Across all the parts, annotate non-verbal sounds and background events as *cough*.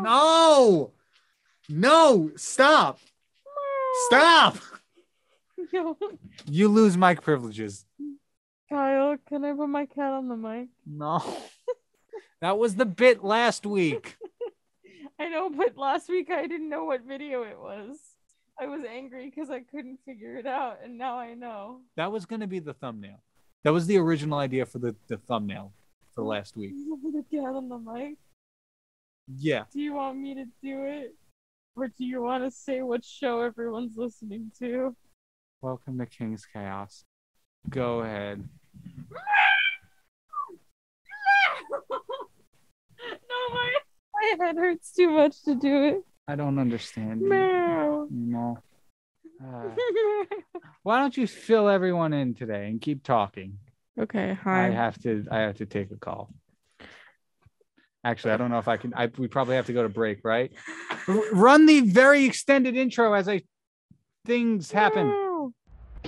No. No. Stop. Stop. *laughs* Yo, You lose mic privileges. Kyle, can I put my cat on the mic? No. *laughs* That was the bit last week. I know, but last week I didn't know what video it was. I was angry because I couldn't figure it out, and now I know. *laughs* That was going to be the thumbnail. That was the original idea for the, the thumbnail for last week. the cat on the mic. Yeah. Do you want me to do it, or do you want to say what show everyone's listening to? Welcome to King's Chaos. Go ahead. no, my my head hurts too much to do it. I don't understand. Mm-hmm. Meow. you. No. Uh, *laughs* why don't you fill everyone in today and keep talking? okay, I hi. have to I have to take a call. Actually, I don't know if I can I we probably have to go to break, right? R- run the very extended intro as I things happen.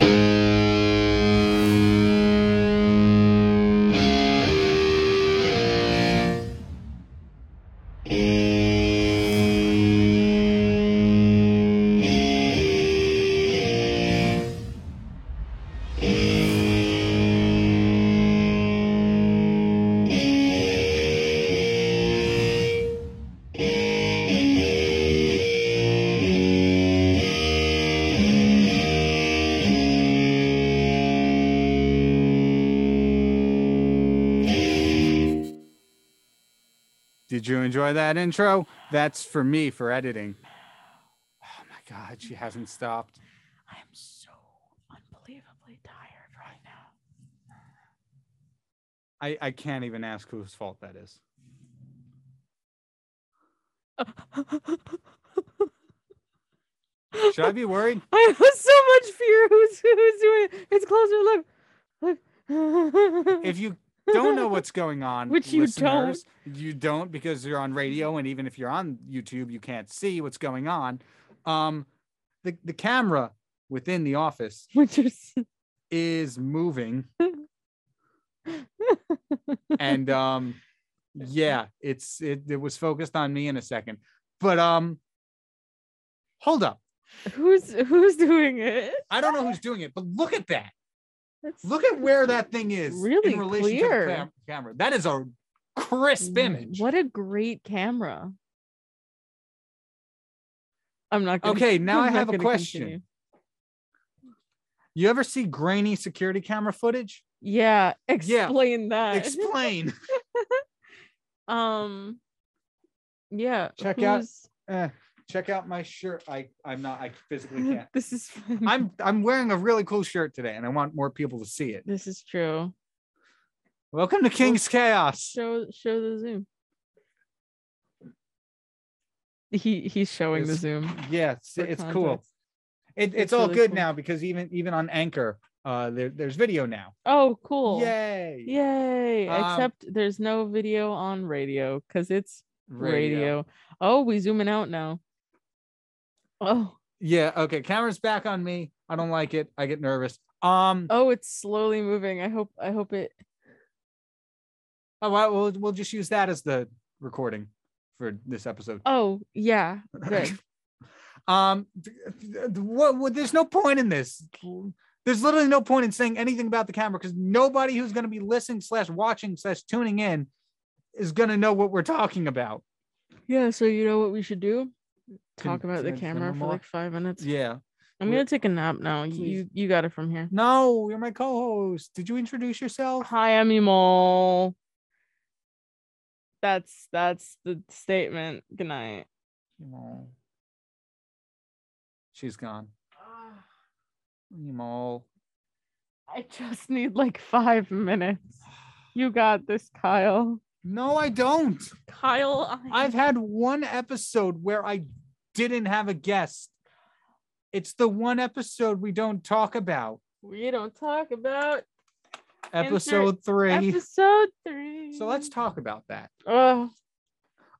Meow. Did you enjoy that intro? That's for me for editing. Oh my god, she hasn't stopped. I am so unbelievably tired right now. I, I can't even ask whose fault that is. Should I be worried? *laughs* I have so much fear. Who's who's doing it? It's closer. Look, look. If you *laughs* don't know what's going on, Which you don't. listeners, You don't because you're on radio, and even if you're on YouTube, you can't see what's going on. Um, the the camera within the office which is is moving, and um, yeah, it's it, it was focused on me in a second, but um, hold up, who's who's doing it? I don't know who's doing it, but look at that. That's- Look at where that thing is Really in relation clear. to the cam- camera. That is a crisp image. What a great camera. I'm not gonna, *laughs* Okay, now I'm I not have a gonna question. continue. You ever see grainy security camera footage? Yeah, *laughs* explain *laughs* that. Explain. um, yeah. Check out- who's- Eh, check out my shirt. I I'm not. I physically can't. *laughs* this is. I'm I'm wearing a really cool shirt today, and I want more people to see it. This is true. Welcome to King's Chaos. Show show the zoom. He he's showing the It's- zoom. Yeah, it's, for it's cool. context. It, it's, It's all really good cool. now because even even on Anchor, uh, there, there's video now. Oh, cool. Yay! Yay. Um, Except there's no video on radio because it's radio. radio. Oh, we zooming out now. Oh, Yeah. Okay. Camera's back on me. I don't like it. I get nervous. Um. oh, it's slowly moving. I hope I hope it Oh, well, we'll we'll just use that as the recording for this episode. oh yeah. Good. *laughs* um. th- th- What? what- There's no point in this. There's literally no point in saying anything about the camera because nobody who's going to be listening slash watching slash tuning in is going to know what we're talking about. yeah, so you know what we should do? Can- Talk about the can I- can I camera for more? like five minutes. Yeah. I'm we- gonna take a nap now. You- Please. You you got it from here. No, you're my co-host. Did you introduce yourself? Hi, I'm Emil. That's that's the statement. Good night. Emo. She's gone. Emo. *sighs* I just need like five minutes. You got this, Kyle. No, I don't. Kyle, I've had one episode where I didn't have a guest. It's the one episode we don't talk about. *laughs* we don't talk about Episode three. episode three. so let's talk about that. Oh,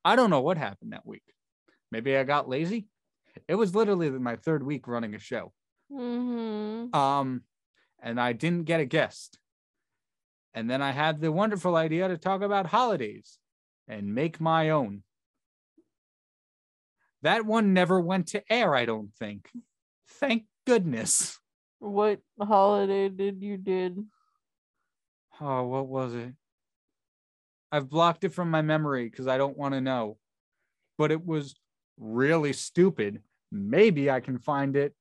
I don't know what happened that week. Maybe I got lazy. It was literally my third week running a show. hmm Um, and I didn't get a guest. And then I had the wonderful idea to talk about holidays and make my own. That one never went to air, I don't think. Thank goodness. What holiday did you did? Oh, what was it? I've blocked it from my memory because I don't want to know. But it was really stupid. Maybe I can find it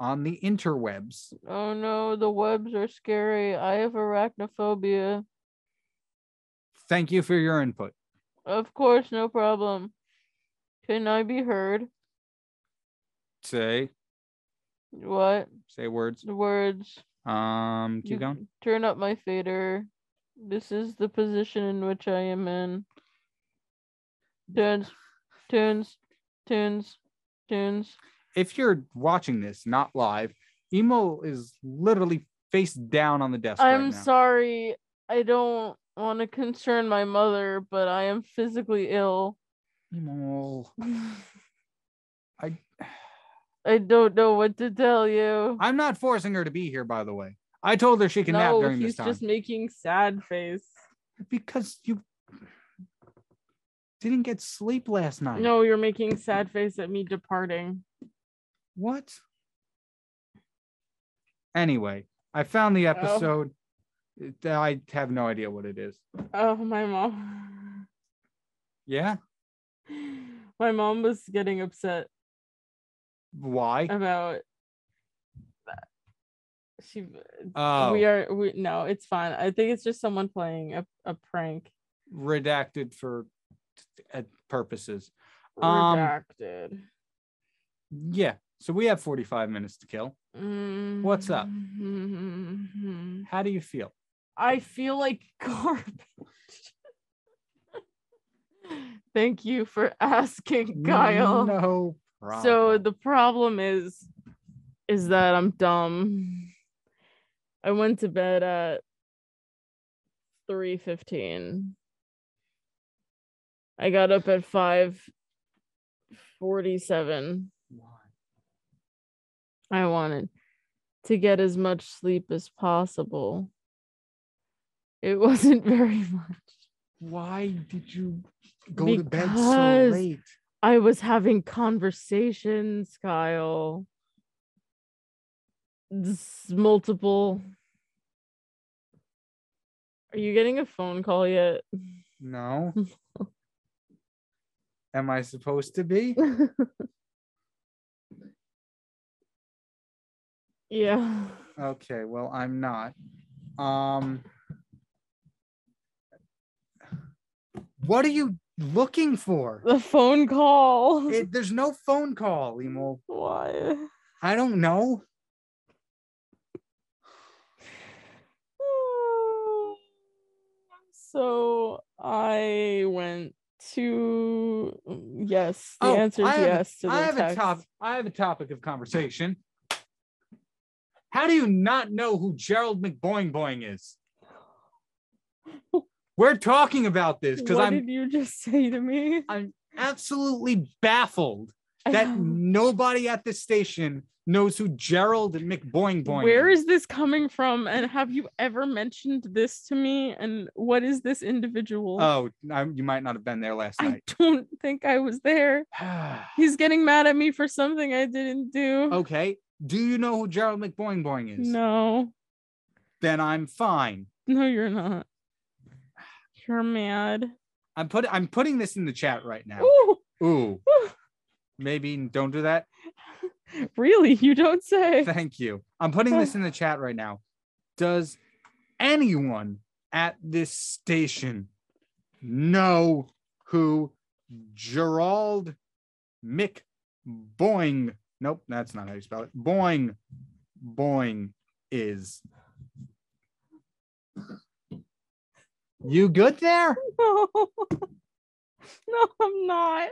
on the interwebs. Oh no, the webs are scary. I have arachnophobia. Thank you for your input. Of course, no problem. Can I be heard? Say What? say words. The words. Um, keep You going. Turn up my fader. This is the position in which I am in. Turns, turns, turns, turns. If you're watching this not live, Emo is literally face down on the desk. right I'm now. sorry. I don't want to concern my mother, but I am physically ill. Emo. I- I don't know what to tell you. I'm not forcing her to be here, by the way. I told her she can nap during he's this time just making sad face. because you didn't get sleep last night. No, you're making sad face at me departing. What? Anyway, I found the episode. It- I have no idea what it is. Oh, my mom. *laughs* Yeah. My mom was getting upset *laughs* Why? about she Oh, Um, we are we no it's fine i think it's just someone playing a, a prank redacted for uh, purposes. Um, redacted Yeah. So we have 45 minutes to kill. Mm-hmm. what's up? Mhm. How do you feel? i feel like *laughs* garbage thank you for asking kyle No. So problem. the problem is is that I'm dumb. I went to bed at 3:15. I got up at 5:47. I wanted to get as much sleep as possible. It *laughs* wasn't very much. why did you go to bed so Because- late? I was having conversations, Kyle. This multiple. Are you getting a phone call *laughs* yet? *laughs* No. Am I supposed *laughs* to be? yeah. Okay, well, I'm not. Um What are you looking for? The phone call. It, there's no phone call, Emo. Why? I don't know. Oh. So I went to yes. The Oh, answer I is have a- yes to the I have text. a top I have a topic of conversation. How do you not know who Gerald McBoing Boing is? *laughs* We're talking about this because What I'm did you just *laughs* say to me? absolutely baffled that nobody at this station knows who Gerald McBoing Boing Where is. is this coming from? And have you ever mentioned this to me? And what is this individual? Oh, I, you might not have been there last I don't think I was there. *sighs* night. He's getting mad at me for something I didn't do. okay. Do you know who Gerald McBoing Boing Oh, is? No, Then I'm fine. no, you're not. You're mad. I'm put. I'm putting this in the chat right now. Ooh, Ooh. Ooh. Maybe don't do that. really? You don't *laughs* say. Thank you. I'm putting this in the chat right now. Does anyone at this station know who Gerald Mick Boing? Nope, that's not how you spell it. Boing Boing is. You good there? No. *laughs* no, I'm not.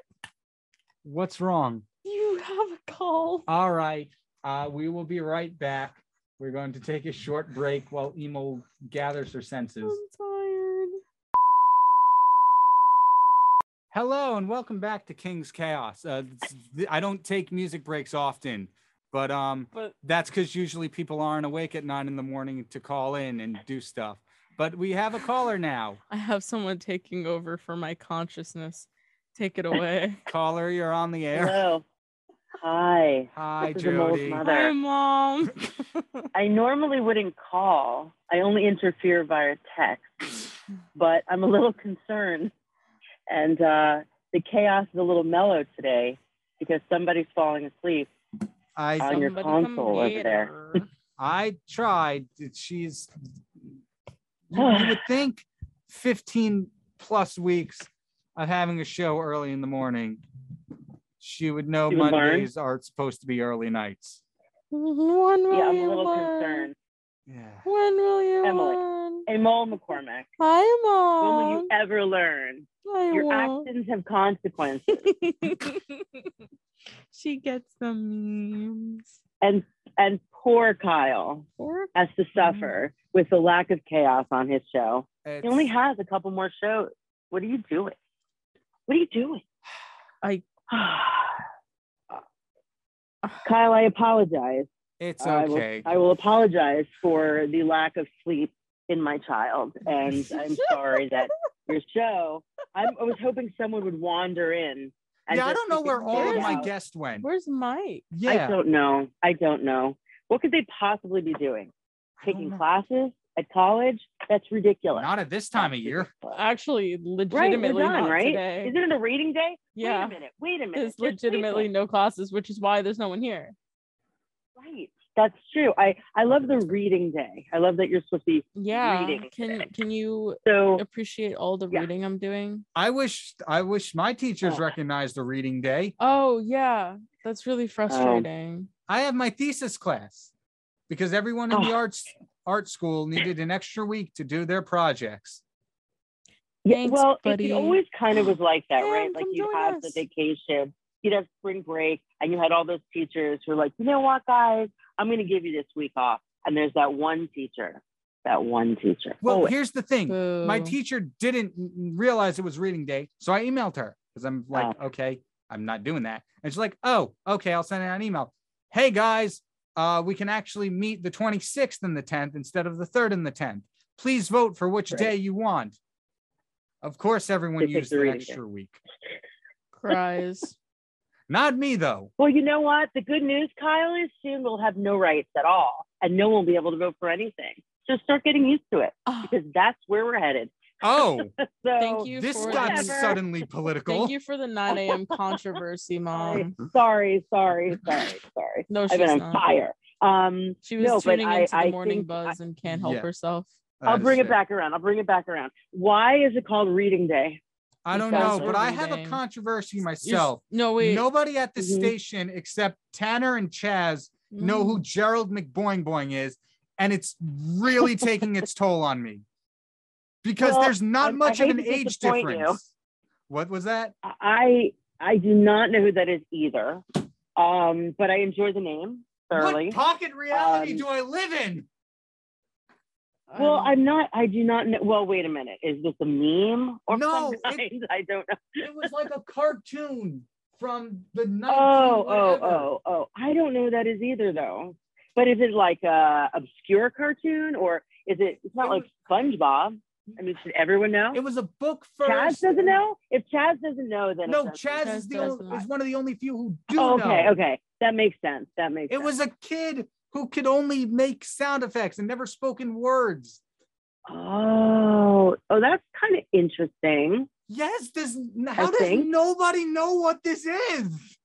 What's wrong? You have a call. All right. Uh, we will be right back. We're going to take a short break while Emo gathers her senses. I'm tired. Hello and welcome back to King's Chaos. Uh, th- I don't take music breaks often, but um, But that's because usually people aren't awake at nine in the morning to call in and do stuff. But we have a caller now. I have someone taking over for my consciousness. Take *laughs* it away. Caller, you're on the air. Hello. Hi. Hi, This is the most Jody. mother- Hi, mom. I normally wouldn't call. I only interfere via text, but I'm a little concerned. And uh, the chaos is a little mellow today because somebody's falling asleep. I *laughs* On your Somebody come console over get there. her. *laughs* I tried. She's. You, you *sighs* would think, fifteen plus weeks of having a show early in the morning, she would know She would learn. Mondays aren't supposed to be early nights. When will Yeah, I'm you a little learn? concerned. Yeah. When will you Emily. learn? Hey, Mole McCormack, Hi, when mom. will you ever learn? I Your won't. actions have consequences. *laughs* she gets the memes. And, and poor Kyle Or has to suffer with the lack of chaos on his show. He It's- only has a couple more shows. What are you doing? What are you *sighs* doing? I- *sighs* Kyle, I apologize. it's I will- okay. I will, apologize for the lack of sleep in my child, *laughs* and I'm sorry that your show. I'm, I was hoping someone would wander in. and yeah, I just don't know take where the all of shade my out. guests went. where's Mike? I Yeah. don't know. I don't know. What could they possibly be doing? I don't Taking know. classes at college? That's ridiculous. Mm-hmm. Not at this time of year. Actually, Right, we're legitimately done, not right? today. Isn't it a rating day? yeah, Wait a minute. Wait a minute. there's Just wait a legitimately minute. no classes, which is why there's no one here. Right. That's true. I I love the reading day. I love that you're supposed to be Yeah, Reading can today. can you so. appreciate all the Oh. Yeah. reading I'm doing? I wish I wish my teachers Oh. recognized the reading day. Oh yeah, that's really frustrating. I have my thesis class because everyone in the Oh. arts art school needed an extra week to do their projects. Yeah, Thanks, well, it, buddy. it always kind of was like *gasps* that, Sam, right? Like come you'd join have us. the vacation, you'd have spring break, and you had all those teachers who were like, you know what, guys, I'm going to give you this week off. And there's that one teacher, that one teacher. Oh, Well, Always. here's the thing. My Boo. teacher didn't n- realize it was reading day, so I emailed her because I'm like, Oh. okay, I'm not doing that. And she's like, oh, okay, I'll send out an email. Hey guys, uh, we can actually meet the 26th and the 10th instead of the 3rd and the 10th. Please vote for which Right. day you want. Of course, everyone They picked used the the reading day. extra week. cries. *laughs* Not me though. Well, you know what? The good news, Kyle, is soon we'll have no rights at all, and no one will be able to vote for anything. So start getting used to it Ah, because that's where we're headed. Oh, So Thank *laughs* you. this for got Whatever. suddenly political. *laughs* thank you for the 9 a.m. *laughs* controversy, Sorry, mom. sorry, *laughs* sorry, sorry, sorry. No, she's I've been on not. fire. Um, She was no, but tuning I- into I the morning think I- buzz and can't help Yeah. herself. That I'll is bring it sick. back around. I'll bring it back around. Why is it called Reading Day? I don't because know, but I every have a day- controversy You're s- myself. *laughs* no, wait. Mm-hmm. Nobody at the Mhm. station except Tanner and Chaz know Mm. who Gerald McBoing Boing is, and it's *laughs* really taking its toll on me because Well, there's not I'm- I much of hate an to age disappoint you. difference. What was that? I I do not know who that is either. Um, but I enjoy the name thoroughly. What pocket reality Um, do I live in? I Well, don't- I'm not. I do not know. Well, wait a minute. Is this a meme or No, some *laughs* it- kind? I don't know. It was like a cartoon from the 19 Oh, oh, whatever. oh, oh. I don't know who that is either, though. But is it like a obscure cartoon or is it? It's not It like was- SpongeBob. I mean, should everyone know? It was a book Chaz first. doesn't know. If Chaz doesn't know, then No, it's okay. Chaz is Chaz the does only, not. is one of the only few who do Oh, know. okay, okay, that makes sense. That makes. It sense. was a kid who could only make sound effects and never spoken words. Oh, oh, that's kind of interesting. Yes, this how does think- nobody know what this is?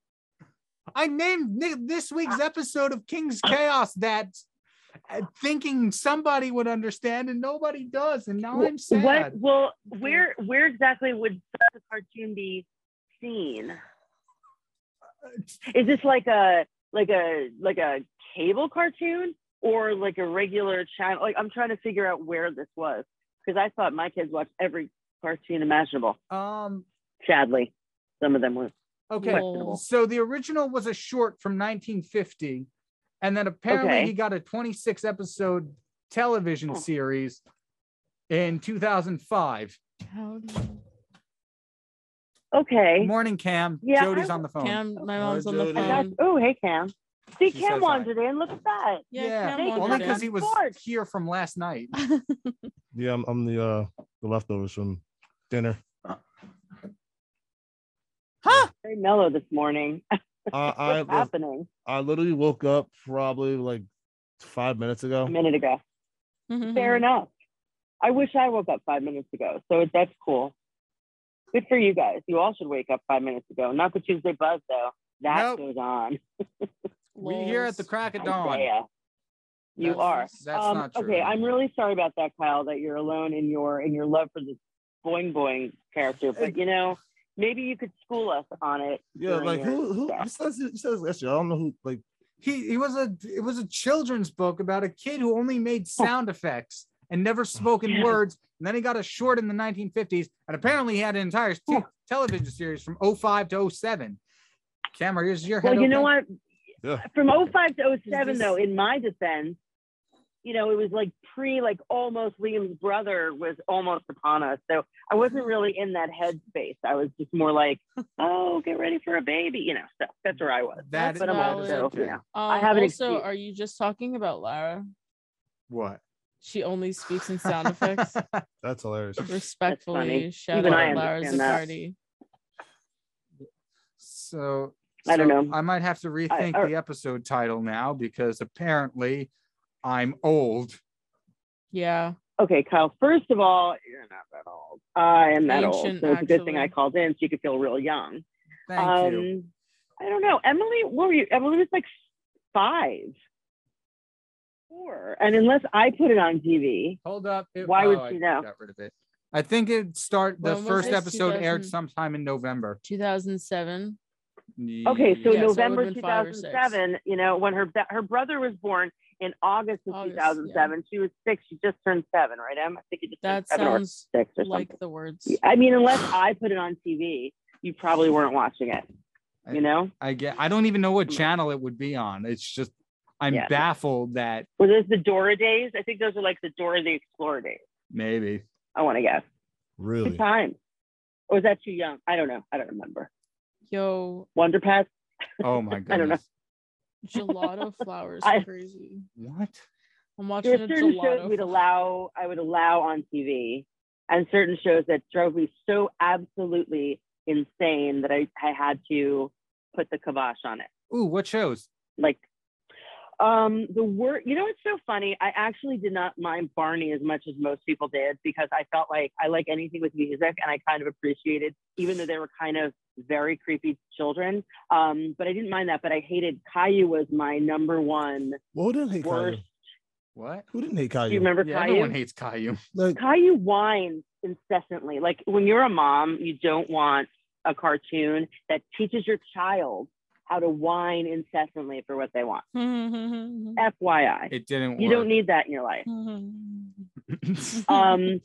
I named ni- this week's Ah. episode of King's Chaos that uh, thinking somebody would understand and nobody does and now I'm sad. Mm-hmm. What? Well, where where exactly would the cartoon be seen? Is this like a like a like a cable cartoon or like a regular channel? Like I'm trying to figure out where this was because I thought my kids watched every cartoon imaginable. Um Sadly, some of them were. Mm-hmm. okay. questionable. So the original was a short from 1950, and then apparently Okay. he got a 26 episode television Oh. series in 2005. Howdy. Okay. Morning, Cam. Yeah, Jody's I- on the phone. Cam, my mom's on Jody. the And that's, phone. oh, hey Cam. She See, Cam says hi. wandered in. Look at that. Yeah, Yeah, Cam Only Only wandered because in. he was Sports. here from last night. *laughs* Yeah, I'm, I'm the uh the leftovers from dinner. very mellow this morning. *laughs* I, I, What's look, happening? I literally woke up probably like five minutes ago. A minute ago. Mm-hmm. Fair Mm-hmm. enough. I wish I woke up five minutes ago, so that's cool. Good for you guys. You all should wake up five minutes ago. Not the Tuesday buzz though. That Nope. goes on. We here at the crack of dawn. Isaiah, Oh, You That's- are. that's Um, not true. Okay, I'm really sorry about that, Kyle. That you're alone in your in your love for this boing boing character. But you know, maybe you could school us on it. Yeah, during like your who who stuff. he says he says last year. I don't know who like He he was a it was a children's book about a kid who only made sound effects and never spoke in Hmm. Yeah. words. And then he got a short in the 1950s, and apparently he had an entire te- television series from 05 to 07. Cameron, here's your head. Well, you know open. what? Yeah. From 05 to Is 07, this- though, in my defense, you know, it was like pre, like almost Liam's brother was almost upon us. So I wasn't really in that headspace. I was just more like, *laughs* oh, get ready for a baby, you know. So that's where I was. That but is I'm valid. also, you know, I have have an Uh, also, excuse. are you just talking about Lara? What? She only speaks in *laughs* sound effects. that's hilarious. Respectfully, shout Even out I Lara understand that. Zaccardi. So I don't so know. I might have to rethink or- the episode title now because apparently I'm old. Yeah. Okay, Kyle, first of all, you're not that old. I am that old. Ancient, So it's a good thing I actually. called in so you could feel real young. Thank Um, you. I don't know. Emily, what were you? Emily was like five, four. And unless I put it on TV, Hold up. It- oh, why would I she know? Got rid of it. I think it start When the was first this? episode aired 2000? sometime in November. 2007. okay, so Mm-hmm. Yeah, so it November would've been five or six. 2007, you know, when her ba- her brother was born in August of August, 2007, she was six. She just turned seven, right, Em? I think you just turned That seven or sounds six or like something. the words. I mean, unless I put it on TV, you probably weren't watching it, you know? I get. I don't even know what channel it would be on. It's just I'm Yeah. baffled that Were those the Dora days? I think those are like the Dora the Explorer days, maybe. I want to guess. Really? Good time. Or was that too young? I don't know. I don't remember. Yo, Wonder Pets. Oh my *laughs* I don't know. goodness. *laughs* gelato flowers I- crazy. What? I'm There watching were a certain shows gelato. we'd allow, I would allow on TV, and certain shows that drove me so absolutely insane that I, I had to put the kibosh on it. Ooh, what shows? Like, um, the word, you know, it's so funny. I actually did not mind Barney as much as most people did because I felt like I like anything with music and I kind of appreciated, even though they were kind of very creepy children. Um, but I didn't mind that. But I hated Caillou was my number one Well, who didn't hate Caillou? worst. What? Who didn't hate Do you Caillou? remember Yeah, Caillou? everyone hates Caillou. Like Caillou whines incessantly. Like when you're a mom, you don't want a cartoon that teaches your child how to whine incessantly for what they want. FYI, It didn't you don't work. need that in *laughs* your life. need Um,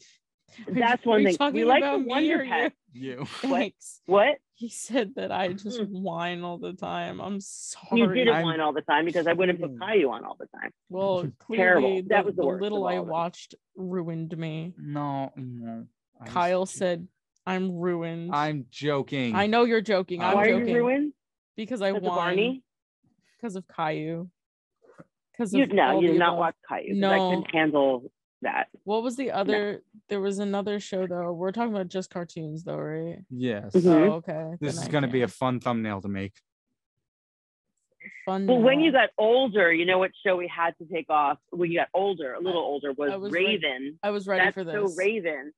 that's Are one you thing. We talking like about the me Wonder or you? *laughs* Pets. *laughs* you. Thanks. What? He said that I just Mm. whine all the time. I'm sorry. You didn't I'm- whine all the time because I wouldn't put Caillou on all the time. Well, clearly, Terrible. The, That was the the worst of little all I of them. watched ruined me. No, no. I was- Kyle said, "I'm ruined." I'm joking. I know you're joking. I'm Why are joking you ruined? because I Because of whine Barney? because of Caillou. Because You, of no, all you the did not above. watch Caillou. 'cause I No. couldn't handle that. What was the other? There was another show though. We're talking about just cartoons though, right? Yes. Mhm. Oh, okay. This Then is I going to be a can't. fun thumbnail to make. fun. Well, when now. you got older, you know what show we had to take off. When you got older, a little older, was, I was ready- Raven. I was ready That's for this. so Raven.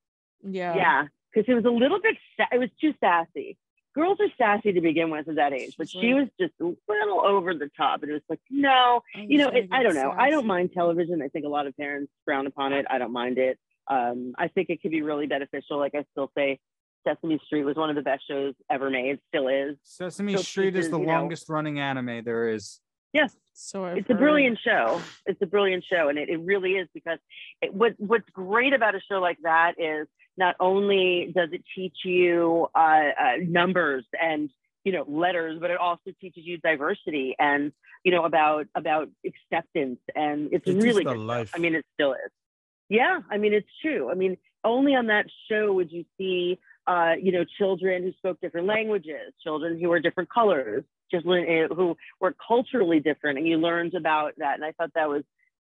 yeah. Yeah, because it was a little bit. Sa- it was too sassy. Girls are sassy to begin with at that age, but She's she like- was just a little over the top, and it was like, no, you know, it, I don't know. I don't mind television. I think a lot of parents frown upon it. I don't mind it. Um, I think it could be really beneficial. Like I still say, Sesame Street was one of the best shows ever made. Still is. Sesame So Street is teachers, the you know- longest running anime there is. Yes, So I've it's a heard. brilliant show. It's a brilliant show, and it, it really is because it, what what's great about a show like that is not only does it teach you uh, uh, numbers and you know letters, but it also teaches you diversity and you know about about acceptance, and it's It teaches really the good stuff. life. I mean, it still is. Yeah, I mean, it's true. I mean, only on that show would you see, uh, you know, children who spoke different languages, children who were different colors, just learn- eh, who were culturally different, and you learned about that. And I thought that was,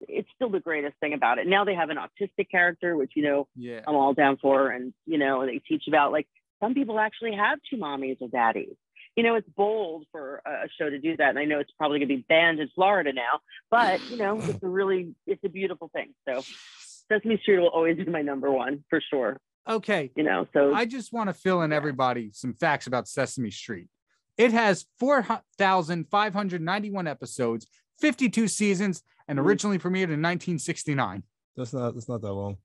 it's still the greatest thing about it. Now they have an autistic character, which you know Yeah. I'm all down for, and you know, they teach about like some people actually have two mommies or daddies. you know, it's bold for a a show to do that. And I know it's probably going to be banned in Florida now, but you know, it's a really, it's a beautiful thing. So Sesame Street will always be my number one for sure. Okay. You know, so I just want to fill in everybody some facts about Sesame Street. It has 4,591 episodes, 52 seasons, and Mm. originally premiered in 1969. That's not that's not that long.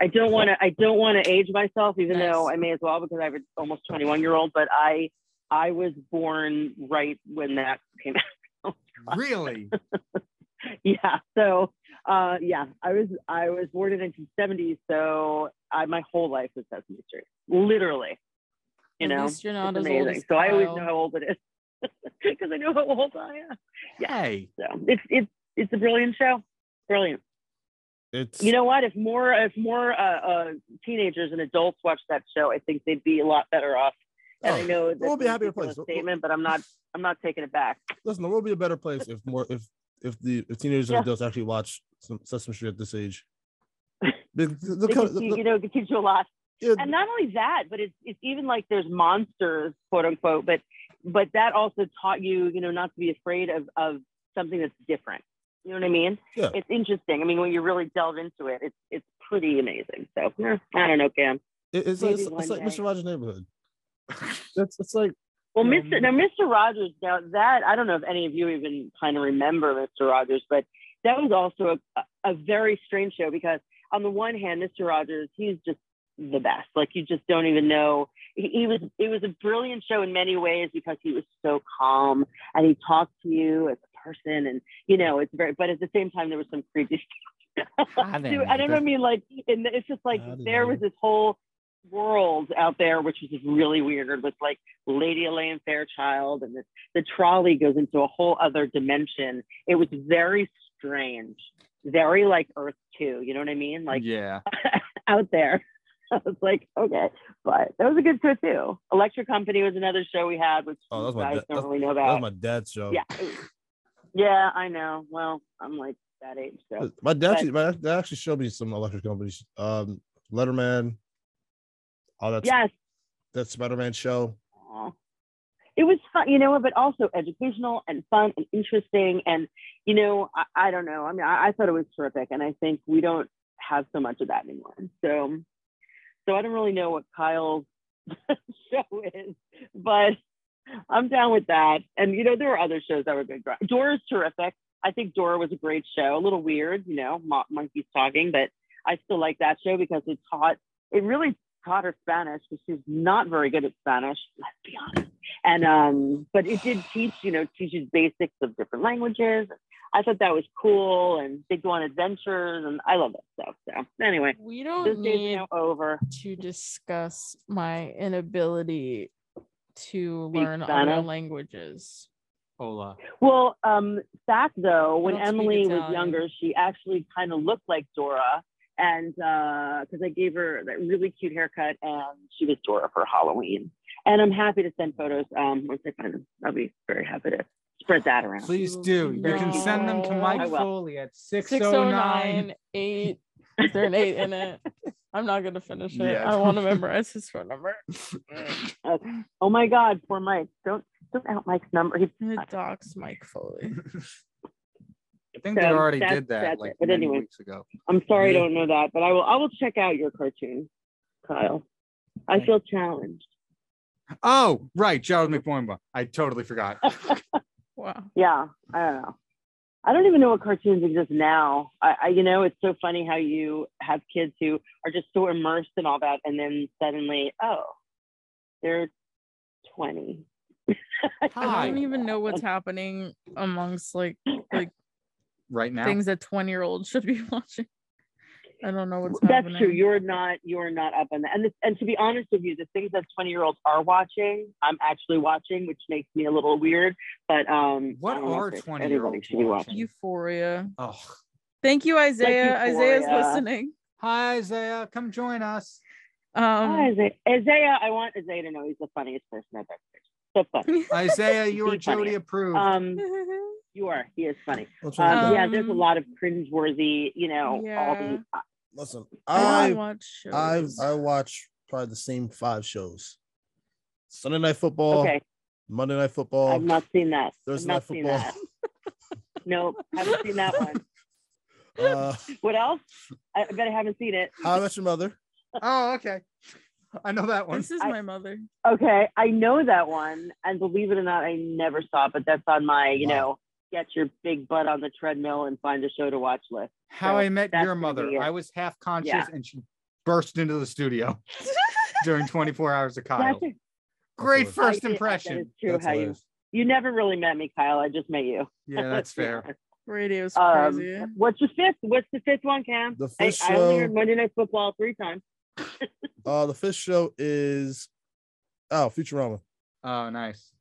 I don't want to. I don't want to age myself, even Nice. though I may as well because I have an almost 21 year old. But I, I was born right when that came out. Really? *laughs* yeah. So, uh, yeah, I was. I was born in 1970. So, I my whole life was Sesame Street, literally. You know, least you're not as it's old amazing. as So I always Kyle. know how old it is *laughs* because I know how old I am. *laughs* Yeah. Hey. So it's it's it's a brilliant show. Brilliant. It's You know what? If more if more uh, uh, teenagers and adults watched that show, I think they'd be a lot better off. And I Oh, know that's we'll be a happier ridiculous place. statement, but I'm not I'm not taking it back. listen, the world would be a better place if more if if the if teenagers Yeah. and adults actually watch some Sesame Street at *laughs* this age. They- they'll It come- could te- they'll- you know, it could teach you a lot. yeah, And not only that, but it's it's even like there's monsters, quote unquote, but but that also taught you, you know, not to be afraid of of something that's different. You know what I mean? Yeah. It's interesting. I mean, when you really delve into it, it's it's pretty amazing. So yeah, I don't know, Cam. it- it's, like, maybe it's, it's one like day. Mr. Rogers' Neighborhood. That's it's like Well, Yeah, Mr. Now, Mr. Rogers. Now that I don't know if any of you even kind of remember Mr. Rogers, but that was also a, a very strange show because on the one hand, Mr. Rogers, he's just the best. Like you just don't even know. He, he was. It was a brilliant show in many ways because he was so calm and he talked to you as a person, and you know it's very. But at the same time, there was some creepy *laughs* stuff. Ah, then, *laughs* Dude, I don't that's- mean like, in the, it's just like Howdy there was this whole world out there, which was just really weird with like Lady Elaine Fairchild and the, the trolley goes into a whole other dimension. It was very strange, very like Earth 2, you know what I mean? Like yeah. out there. *laughs* I was like, okay, but that was a good show too. Electric Company was another show we had, which Oh, that was you my guys da- don't that's- really know that was about. my dad's show. yeah, it was- yeah, I know. Well, I'm like that age, so My dad, But- actually, my dad actually showed me some electric companies. Um, Letterman, Oh, all that yes, that Spider Man show. Aw. It was fun, you know, what, but also educational and fun and interesting. And, you know, I, I don't know. I mean, I, I thought it was terrific. And I think we don't have so much of that anymore. So, so I don't really know what Kyle's *laughs* show is, but I'm down with that. And, you know, there were other shows that were good. Dora's terrific. I think Dora was a great show. A little weird, you know, mo- monkeys talking, but I still like that show because it taught, it really taught her Spanish because she's not very good at Spanish, let's be honest. And um, but it did teach, you know, teaches basics of different languages. I thought that was cool, and they go on adventures, and I love that stuff. So anyway, We this don't day's need now over. to discuss my inability to Speak learn other Spanish. languages. Hola. Well, um, back though, when I don't speak Emily was Italian. younger, she actually kind of looked like Dora, and because I gave her that really cute haircut, and she was Dora for Halloween. And I'm happy to send photos um, once I find them. I'll be very happy to spread that around. Please do. You can send them to No. Mike I will. Foley at 609 609. 8. Is there an 8 in it? I'm not going to finish it. Yeah. I want to memorize his phone *laughs* number. Oh my God, poor Mike. Don't don't out Mike's number. He, I'm gonna dox Mike Foley. I think they So already that's- did that that's like it. But many anyway. weeks ago. I'm sorry Yeah. I don't know that, but I will I will check out your cartoon, Kyle. I feel challenged. Oh, right. Gerald McBoimba. I totally *laughs* forgot. Wow. Yeah, I don't know. I don't even know what cartoons exist now. I, I you know, it's so funny how you have kids who are just so immersed in all that and then suddenly, oh, they're *laughs* 20. I Hi. don't even know what's happening amongst like Right now. things that 20 year olds should be *laughs* watching. I don't know what's That's happening. true. You're not you're not up on that. And this, and to be honest with you, the things that 20 year olds are watching, I'm actually watching, which makes me a little weird. But um, What I don't know are if it's- 20-year-olds anybody should be watching. Euphoria. oh. Thank you, Isaiah. Isaiah's Euphoria. listening. Hi, Isaiah. Come join us. Um, Hi, *laughs* Isaiah. Isaiah, I want Isaiah to know he's the funniest person I've ever. So funny. Isaiah, you are Be funny. Jody Mm. approved. Um, you are. He is funny. Don't Um, try to- Um, yeah, there's a lot of cringeworthy. You know, all yeah. the. uh, listen, I I watch I shows. I watch probably the same five shows. Sunday night football, Okay, Monday night football, I've *laughs* not seen that. I've Thursday night not seen football. that. *laughs* Nope, haven't seen that one. Uh, What else? I I bet I haven't seen it. How I Met Your Mother. Oh, okay. I know that one. This is I- my mother. Okay, I know that one, and believe it or not, I never saw it. But that's on my, you Wow. know, get your big butt on the treadmill and find a show to watch list. How So I Met that's Your gonna be Mother. it. I was half conscious Yeah. and she burst into the studio during 24 hours of Kyle. That's a- Great That's I first did- That impression. is *laughs* true. That's how you hilarious. you never really met me, Kyle. I just met you. *laughs* Yeah, that's fair. Radio's Um, crazy. what's the fifth? What's the fifth one, Cam? The I, fifth I only uh, show- heard Monday Night Football three times. Uh, the fifth show is oh Futurama. Oh, nice.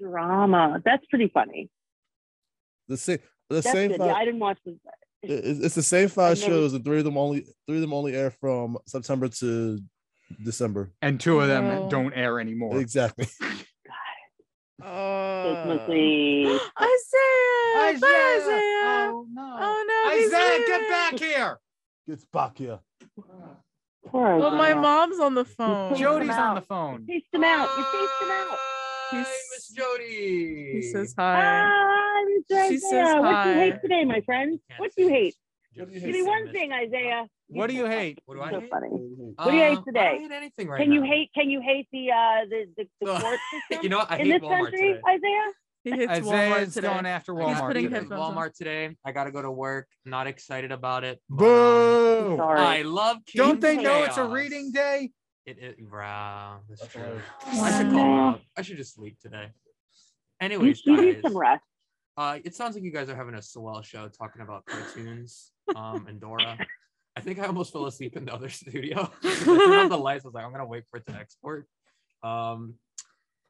Drama. That's pretty funny. The same, the That's same. good. Five, Yeah, I didn't watch the it- it's it's the same five I've never- shows, and three of them only three of them only air from September to December. And two of them No. don't air anymore. *laughs* Exactly. Uh. Oh. Christmasy. Isaiah! Isaiah! Oh, no. Oh no! he's Isaiah, here! get back here. Gets back here. Poor Well, Oh, my Isaiah. mom's on the phone. Jody's out. on the phone. Taste them out. You taste them out. Hi, He's- Miss Jody. He says hi. Hi, Mr. Isaiah. She says what do hi. you hate today, my friend? What do you hate? Give me one thing, Isaiah. What do you hate? What do I So hate? funny. Um, do you hate I don't today? hate anything right Can you now. hate? Can you hate the uh the the, the *laughs* Ugh. court system You know what? I in hate this Walmart country, today. Isaiah? He hits Walmart Isaiah's today. going after I got Walmart. putting beat at headphones on. Walmart today. I got to go to work. Not excited about it. but, um, Boo. Sorry. I love. Don't they chaos. know it's a reading day? It, it, wow, that's That's true. hilarious. I should call him up. I should just sleep today. You, Anyways, you need guys, some rest. uh, it sounds like you guys are having a swell show talking about cartoons um, and Dora. I think I almost fell asleep in the other *laughs* studio. I turned off the lights. I was like, I'm gonna wait for it to export. Um,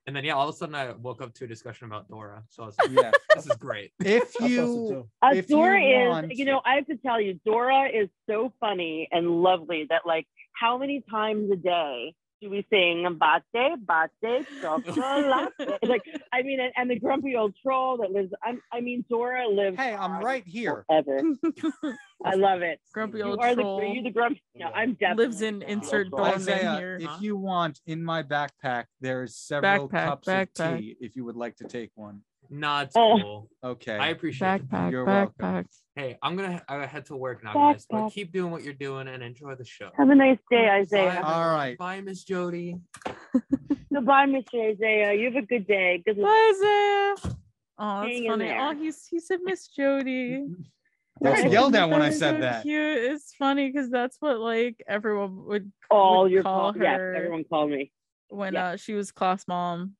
and then yeah, all of a sudden I woke up to a discussion about Dora. So I was like, Yeah. this is great. *laughs* If I posted you too. Uh, If you Dora is, want- you know, I have to tell you, Dora is so funny and lovely that, like, how many times a day do we sing "Bate, Bate, Chocolate"? *laughs* like, I mean, and, and the grumpy old troll that lives. I'm, I mean, Dora lives. hey, I'm on right *laughs* here. Forever. I love it. Grumpy You old are the, are troll you the grumpy? No, I'm definitely lives in the insert grumpy old Dora troll. man Isaiah, here. uh, if you want, in my backpack there is several Backpack, cups backpack. of tea. If you would like to take one, Nah, it's *laughs* Oh. cool. okay. I appreciate it. Backpack, You're welcome. backpack. Hey, I'm gonna I head to work now, guys. But Backpack. keep doing what you're doing and enjoy the show. Have a nice day, Isaiah. Bye. All right. Bye, Miss Jody. Goodbye, Mr. Isaiah. You have a good day. Good luck. Bye, Isaiah. Oh, that's Hang in funny. there. Oh, he's he said Miss Jody. I was That's yelled at when I That's so said that. Cute. It's funny because that's what like everyone would All would your call calls. Yes, her everyone call me. when yeah. uh, she was class mom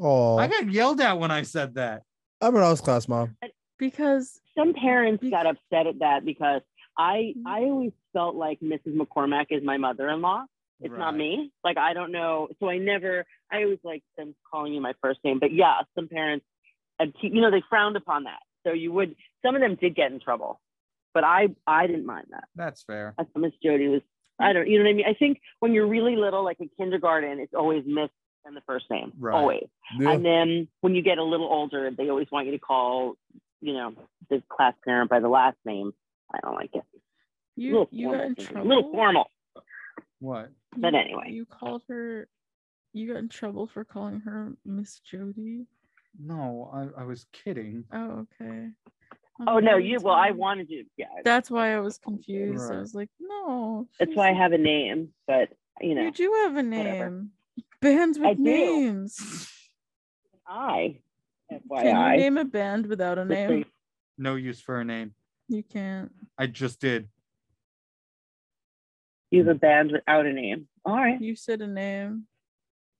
Aw. I got yelled at when I said that. I remember I was class mom. because Some parents Be- got upset at that because I Mhm. Mm-hmm. I always felt like Mrs. McCormack is my mother-in-law. It's not Right. me. Like I don't know. So I never. I always like them calling you my first name. But yeah, some parents, and te- you know, they frowned upon that. So you would. Some of them did get in trouble, but I I didn't mind that. That's fair. I thought Miss Jody was. I don't. You know what I mean? I think when you're really little, like in kindergarten, it's always Miss and the first name, Right. always. Yeah. And then when you get a little older, they always want you to call, you know, the class parent by the last name. I don't like it. A you little you got formal. in to me. trouble. A little formal. What? But You- anyway. you called her. You got in trouble for calling her Miss Jody. No, I, I was kidding. Oh, okay. I'm Oh no, really you. Well, I sorry. wanted you. Yeah, That's why I was confused. Right. I was like, no. that's she's why I not- have a name. But you know, You do have a whatever. name. Bands with I do. names. I. Can you FYI. name a band without a Just so name? No use for a name. You can't. I just did. You have a band without a name. All right. You said a name,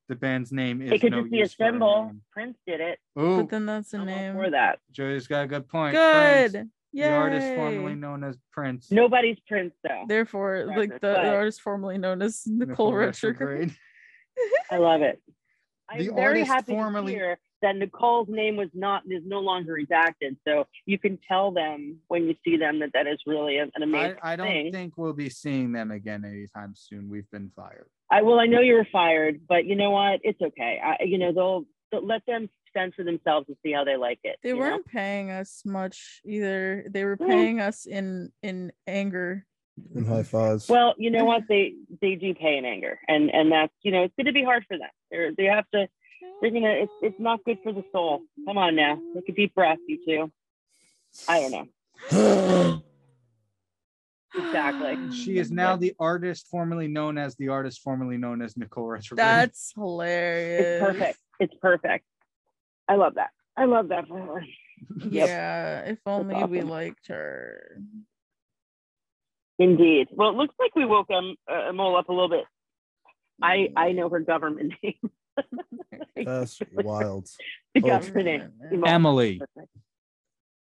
The band's name is. It could no just be a use for symbol. name. Prince did it. Ooh, but then that's a I'm all name. for that. Jody's got a good point. Prince, Good. The artist Yeah. formerly known as Prince. Nobody's Prince though. Therefore, Right, like the, that's the right. artist formerly known as Nicole, Retrograde. I love it. The I'm very artist happy formerly- to hear that Nicole's name was not is no longer redacted. So you can tell them when you see them that that is really an an I, amazing. I don't thing. think we'll be seeing them again anytime soon. We've been fired. I, well, I know you were fired, but you know what? It's okay. I, you know they'll, they'll let them fend for themselves and see how they like it. They you know? weren't paying us much either. They were Well- paying us in in anger and high fives. Well, you know what? They they do pay in anger, and and that's you know it's going to be hard for them. They're they have to. They're gonna. It's it's not good for the soul. Come on now, take a deep breath, you two. I don't know. *sighs* Exactly. Mm, She is now the artist formerly known as the artist formerly known as Nicole *laughs* Retrograde. That's hilarious. It's perfect. It's perfect. I love that. I love that for her. Yep. Yeah, if only we awesome. liked her. Indeed. Well, it looks like we woke um, uh, Mole up a little bit. I I know her government *laughs* name. *gasps* *laughs* That's wild. the Oh. government name. Emil. Emily. Perfect.